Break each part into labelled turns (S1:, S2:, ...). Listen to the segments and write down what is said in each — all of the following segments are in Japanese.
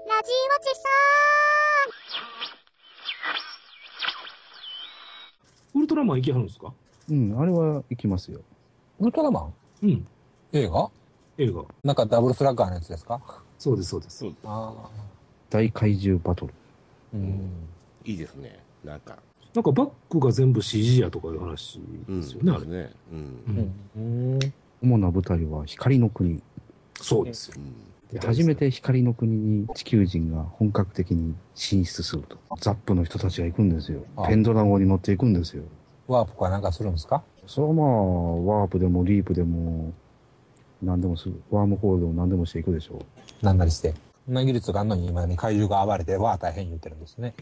S1: ちさ
S2: ウルトラマン行きはるんですか
S3: うん、あれは行きますよ。
S4: ウルトラマン
S2: うん。
S4: 映画
S2: 映画。
S4: なんかダブルスラッガーのやつですか
S2: そうです、そうです。
S4: ああ。
S3: 大怪獣バトル。
S4: うん。
S5: いいですね。なんか。
S2: なんかバックが全部 CG やとかいう話
S5: うん。
S2: ですよね、あれ。
S5: ね。うん
S2: う。ん。
S4: うん。
S3: 主な舞台は光の国。
S2: そうですよ。
S5: うん
S3: で初めて光の国に地球人が本格的に進出すると。ザップの人たちが行くんですよ
S4: あ。
S3: ペンドラゴンに乗っていくんですよ。
S4: ワープかなんかするんですか
S3: それはまあ、ワープでもリープでも、何でもする。ワームホールでも何でもしていくでしょう。
S4: なんなりして。そんな技術があんのに今に怪獣が暴れて、わあ大変言ってるんですね。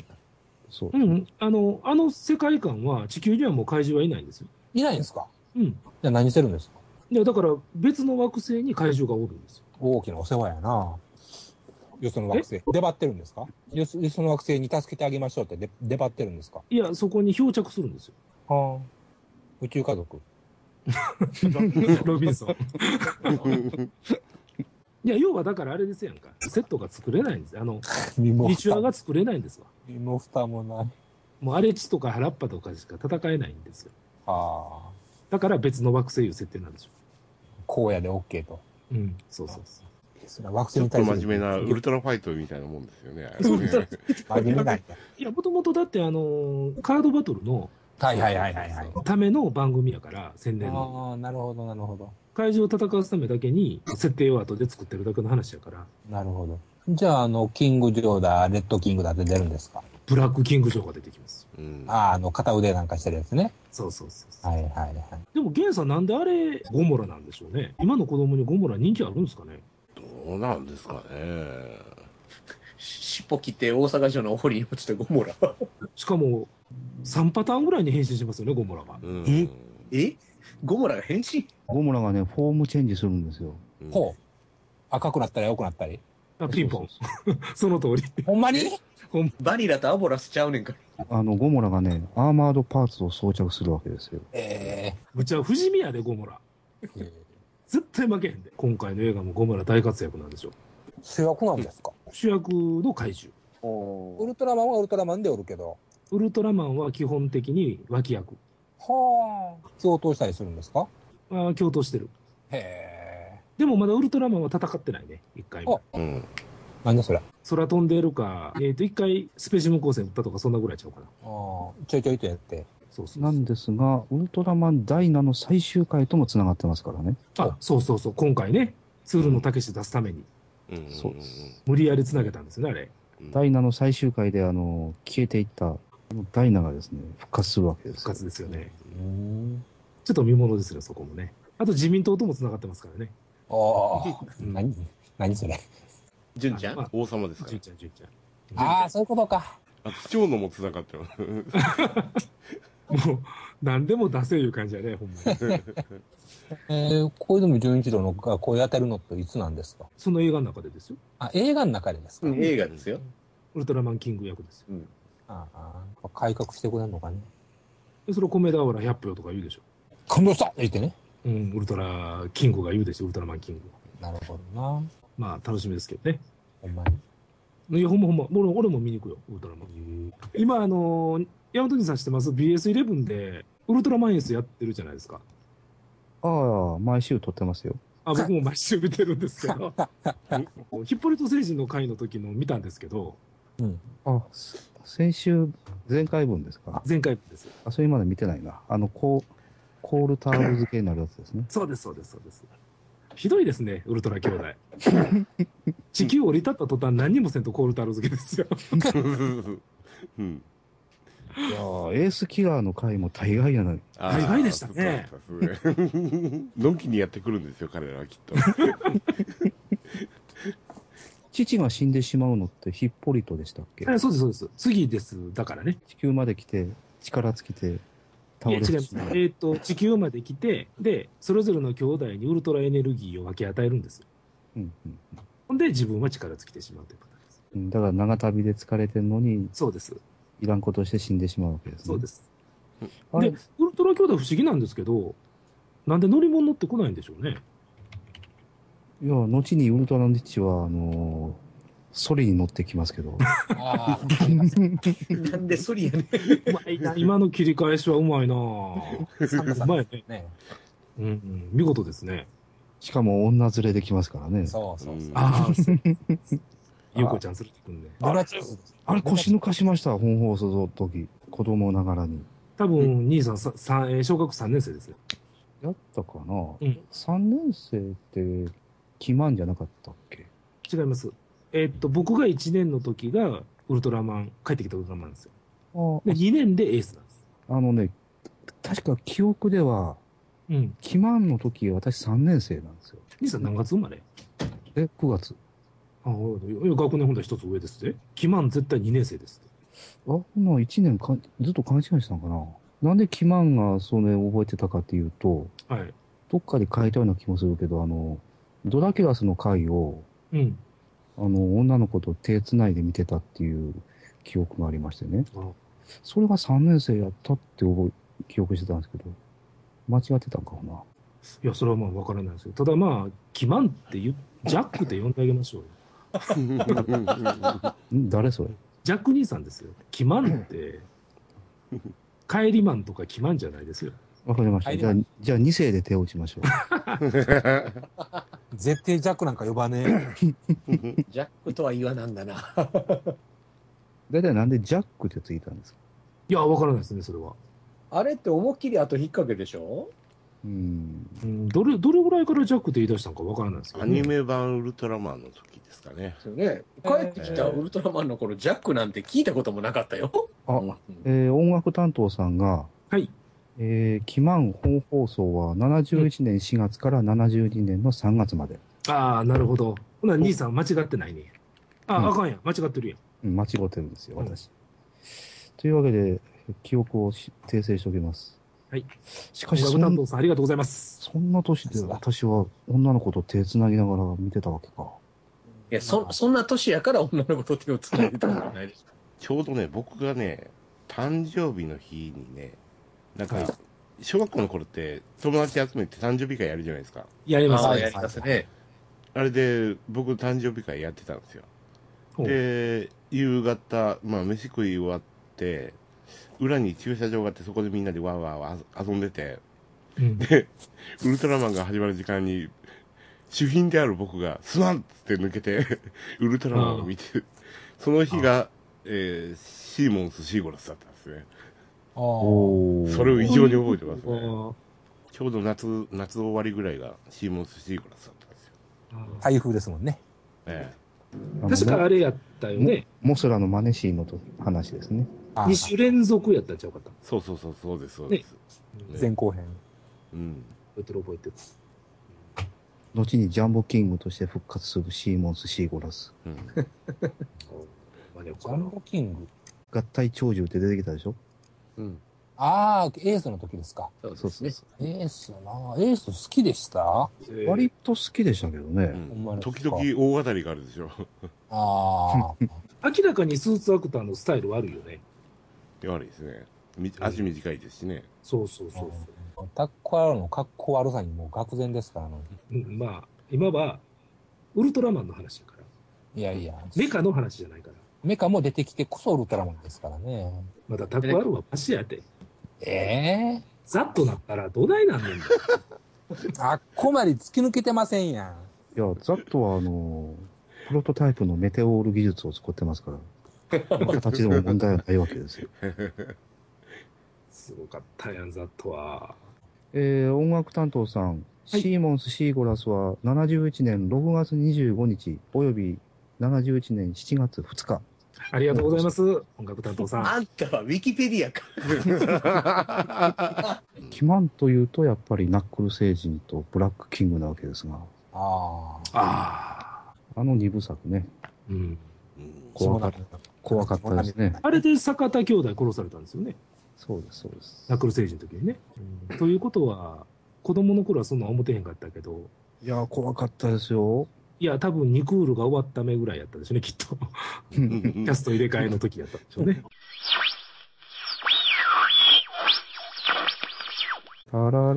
S3: そう
S2: う。ん、あの、あの世界観は地球にはもう怪獣はいないんですよ。
S4: いないんですか
S2: うん。
S4: じゃあ何してるんですか
S2: いや、だから別の惑星に怪獣がおるんですよ。
S4: 大きなお世話やなよその惑星。出張ってるんですかよそよその惑星に助けてあげましょうって出出張ってるんですか
S2: いや、そこに漂着するんですよ。
S4: はあ。宇宙家族。
S2: ロビンソン。 いや、要はだからあれですやんか。セットが作れないんです。あの、
S4: 身も
S2: ミチュア
S4: 蓋
S2: が作れないんですわ。
S4: 身も蓋もない。
S2: もう荒れ地とか原っぱとかしか戦えないんですよ。
S4: はあ。
S2: だから別の惑星いう設定なんでしょ
S4: 荒野で OK と。
S2: う。うん。そうそうそう。
S4: それは惑
S5: ち
S4: 星
S5: ょっ
S4: に
S5: と
S4: 対する。
S5: 真面目なウルトラファイトみたいなもんですよね。あれね
S4: 真面目なんや
S2: いや、もともとだってあのーカードバトルの
S4: はいはいはいはいはい。
S2: ための番組やから、宣伝の。
S4: ああ、なるほどなるほど。
S2: 怪獣を戦わすためだけに、設定を後で作ってるだけの話やから、
S4: なるほど。じゃあ、あの、キング・ジョーダー、レッド・キングだって出るんですか
S2: ブラックキングジョーが出てきますよ。
S5: うん
S4: ああ、あの、片腕なんかしてるやつね。
S2: そうそうそうそう。
S4: はいはいはい。
S2: でも、ゲンさんなんであれ、ゴモラなんでしょうね。今の子供にゴモラ人気あるんですかね
S5: どうなんですかね。
S6: しっぽ切って大阪城のお堀に落ちてゴモラ。
S2: しかも、3パターンぐらいに変身しますよね、ゴモラは。
S5: うん
S6: ええゴモラが変身
S3: ゴムラがね、フォームチェンジするんですよ。
S5: うん
S4: ほう。赤くなったり青くなったり。
S2: あピンポン。
S3: そうそう
S2: その通り。
S4: ほんまに
S6: バニラとアボラスちゃうねんから。
S3: そうあの、ゴムラがね、アーマードパーツを装着するわけですよ。
S4: え
S2: むちゃ、不死身やで、ゴモラ。
S4: え
S2: 絶対負けへんで。今回の映画もゴモラ大活躍なんでしょう。
S4: 主役なんですか、
S2: 主役の怪獣。
S4: ウルトラマンはウルトラマンでおるけど。
S2: ウルトラマンは基本的に脇役。
S4: はあ。共闘したりするんですか
S2: あー共闘してる。
S4: へえ。
S2: でもまだウルトラマンは戦ってないね、一回も。
S5: うん。
S4: なんだそれ。あ
S2: 空飛んでるか、えっ、と、一回スペシウム光線撃ったとかそんなぐらいちゃうかな。
S4: あ。ちょいちょいとやって。
S2: そうそうそう
S3: なんですが、ウルトラマンダイナの最終回とも繋がってますからね。
S2: あ、そうそうそう、今回ね、鶴のたけし出すために、
S5: うん
S3: そうです。
S2: 無理やり繋げたんですよね、あれ。
S5: うん
S3: ダイナの最終回で、あの、消えていった、このダイナがですね、復活するわけです
S2: 復
S3: よ。
S2: 活ですよね。
S4: うん。
S2: ちょっと見物ですよ、そこもね。あと自民党とも繋がってますからね。
S4: ああ。 何何それ。
S6: 純ちゃん
S2: あ
S5: 王様ですか
S2: 純
S5: ら。
S2: ちゃん、純ちゃ
S4: ああ、そういうことか。
S5: あ、市長のも繋がってます。
S2: ん。もう、何でも出せいう感じやね、ほんまに。
S4: えー、小泉純一郎のが声当てるのっていつなんですか
S2: その映画の中でですよ。
S4: あ、映画の中でですか、
S6: 映画ですよ。
S2: ウルトラマンキング役ですよ。
S4: ああ、やっぱ改革してくれんのかね。
S2: でそれを米田原100票とか言うでしょ。
S4: 感動した言ってね。
S2: うん、ウルトラキングが言うでしょ、ウルトラマンキングは。
S4: なるほどな。
S2: まあ、楽しみですけどね。
S4: ほんまに。
S2: いや、ほんまほんま。俺俺も見に行くよ、ウルトラマン。今、あのー、山本さん知ってます ?BS11 で、ウルトラマンエースやってるじゃないですか。
S3: ああ、毎週撮ってますよ。
S2: あ、僕も毎週見てるんですけど。 ヒッポリト星人の会の時の見たんですけど、
S3: あ、す先週、前回分ですか
S2: 前回です。。
S3: あ、それまで見てないな。あの、コー、コールタール漬けになるやつですね
S2: そうです、そうです、そうです。ひどいですね、ウルトラ兄 弟。地球降り立った途端何にもせんとコールタロ付けですよ。
S5: うん。
S3: いやーエースキラーの回も大概やない。
S5: あー
S2: 大概でしたね。
S5: そうだったですね のんきにやってくるんですよ、彼らはきっと。
S3: 父が死んでしまうのってヒッポリトでしたっけ
S2: えそうです、そうです。次です、だからね。
S3: 地球まで来て、力尽きて、倒
S2: いや
S3: れ
S2: 違い
S3: て
S2: ます。えーっと、地球まで来て、で、それぞれの兄弟にウルトラエネルギーを分け与えるんですよ。
S3: うんうん
S2: ほんで、自分は力尽きてしまうというパターンです。
S3: うん、だから長旅で疲れてるのに、
S2: そうです。
S3: いらんことして死んでしまうわけですね。
S2: そうです。
S3: あ
S2: で
S3: れ、、
S2: ウルトラ兄弟不思議なんですけど、なんで乗り物乗ってこないんでしょうね。
S3: いや、後にウルトラの父は、あのーソリに乗ってきますけど。
S4: あ
S6: なんでソリやねん。
S2: うまいな。 今の切り返しはうまいな。う
S4: あ、サンタさん
S2: ま
S4: ね
S2: いね。うん、うん。見事ですね。
S3: しかも女連れできますからね。
S4: そうそうそう。
S2: ああ、ゆうこちゃん連れてくんで。
S4: ドラチス。
S3: あれ腰抜かしました、本放送の時。子供ながらに。
S2: 多分、兄さん、ささんえー小学3年生ですね。
S3: やったかな、
S2: ん
S3: ?3 年生って、キマンじゃなかったっけ
S2: 違います。えーっと、僕が1年の時が、ウルトラマン、帰ってきたウルトラマンなんですよ。
S3: あ
S2: で、2年でエースなんです。
S3: あのね、確か記憶では、
S2: うん。
S3: キマンの時、私3年生なんですよ。
S2: 兄さん何月生まれ
S3: え、9月。
S2: ああ、いや学年ほんと一つ上ですって。キマン絶対2年生ですって。
S3: あ、ほな1年かんずっと勘違いしてたのかななんでキマンがそれ覚えてたかっていうと、
S2: はい。
S3: どっかで書いたような気もするけど、あの、ドラキュラスの回を、
S2: うん。
S3: あの、女の子と手つないで見てたっていう記憶がありましてね。
S2: あ
S3: それが3年生やったって覚え、記憶してたんですけど、間違ってたんかもな。
S2: いや、それはまあ分からないですけど、ただまあ、キマンって言う、ジャックって呼んであげましょうよ。
S3: ん誰それ
S2: ジャック兄さんですよ。キマンって、帰りマンとかキマンじゃないですよ。
S3: わかりました。じゃあ、じゃあ2世で手を打ちま しょう。
S4: 絶対ジャックなんか呼ばねえ。
S6: ジャックとは言わなんだな。
S3: だいたいなんでジャックってついたんですか
S2: いや、分からないですね、それは。
S6: あれって思いっきり後引っ掛けでしょ
S3: うん。
S2: うん、どれ、どれぐらいからジャックって言い出したのか分からないですけど
S5: ア
S2: ね、
S5: ニメ版ウルトラマンの時ですかね。
S6: そうね。帰ってきたウルトラマンの頃、ジャックなんて聞いたこともなかったよ。
S3: あ
S6: うん
S3: えー音楽担当さんが、
S2: はい。
S3: えー、キマン本放送は71年4月から72年の3月まで。
S2: ああ、なるほど。ほな、兄さん間違ってないね。あ、
S3: うん
S2: あかんやん。間違ってるやん。
S3: うん間違ってるんですよ、
S2: うん
S3: 私。というわけで、記憶をし訂正しておきます。
S2: はい。
S3: しかし
S2: 小
S3: そ
S2: 学担
S3: ん、
S2: 当さん、ありがとうございます。
S3: そんな年で私は女の子と手つなぎながら見てたわけか。
S6: いや、そ、そんな年やから女の子と手をつないでたんじゃないですか。
S5: ちょうどね、僕がね、誕生日の日にね、なんか、小学校の頃って友達集めて誕生日会やるじゃないですか。
S2: やります
S6: あ
S2: ね
S6: あ、やりますね。
S5: あれで、僕誕生日会やってたんですよ。
S2: ほう
S5: で、夕方、まあ、飯食い終わって、裏に駐車場があって、そこでみんなでわーわーわー遊んでて、
S2: うん
S5: ウルトラマンが始まる時間に、主品である僕が、スワンっつって抜けて、ウルトラマンを見て、その日が、えーシーモンス・シーゴラスだったんですね。
S4: あー
S3: おー
S5: それを異常に覚えてます
S2: あ
S5: ね。
S2: ー
S5: ちょうど夏、夏終わりぐらいが、シーモンス・シーゴラスだったんですよ。
S2: あ
S4: 台風ですもんね。
S5: え
S2: ー確かあれやったよね。
S3: モスラのマネシーのと話ですね。
S4: あー
S2: 2週連続やったんちゃうかった。
S5: えそうそうそう、そうです、そうです。
S4: 前後編。
S5: うん。
S2: 覚えてる覚えてる。
S3: 後にジャンボキングとして復活するシーモンス・シーゴラス。
S5: うん
S2: まあね、
S4: ジ
S2: こ
S4: ャ
S2: れ
S4: ンボキング。
S3: 合体長寿って出てきたでしょ
S5: うん。
S4: ああ、エースの時ですか。
S6: そうですね。
S4: エースなあエース好きでしたほ
S3: 割と好きでしたけど
S5: う
S3: ね。
S5: ん
S4: んまですか
S5: 時々大当たりがあるでしょ。
S4: ああ。
S2: 明らかにスーツアクターのスタイルはあるよね。
S5: 悪いですね。み足短いですし ね。
S2: そうそうそうそう。
S4: タッコアロの格好悪さにもう愕然ですからね。
S2: うん、まあ、今は、ウルトラマンの話だから。
S4: いやいや。
S2: メカの話じゃないから。
S4: メカも出てきてこそウルトラマンですからね。
S2: まだタクアルはマシやで。
S4: ええ
S2: ザッとなったらどないなんねんだ。
S4: あっこまで突き抜けてませんやん。
S3: いや、ザットはあのー、プロトタイプのメテオール技術を使ってますから、形でも問題はないわけです よ。
S2: すごかったやん、ザッとは。
S3: えー、音楽担当さん、
S2: はい
S3: シーモンス・シーゴラスは71年6月25日、および71年7月2日。
S2: ありがとうございます、音楽担当さん。
S6: あんたはウィキペディアか。
S3: キマンというと、やっぱりナックル星人とブラックキングなわけですが、
S4: ああ。
S2: ああ。
S3: あの二部作ね、
S2: うん。
S5: うん
S3: 怖かった怖かったですね。
S2: あれで坂田兄弟殺されたんですよね。
S3: そうです、そうです。
S2: ナックル星人の時にね。ということは、子供の頃はそんなん思ってへんかったけど、
S3: いやー、怖かったですよ。
S2: いや、多分ニクールが終わった目ぐらいやったでしょうね、きっと。キャスト入れ替えの時やったでしょうね。
S3: タラララ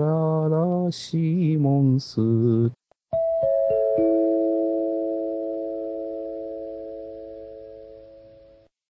S3: シーモンス、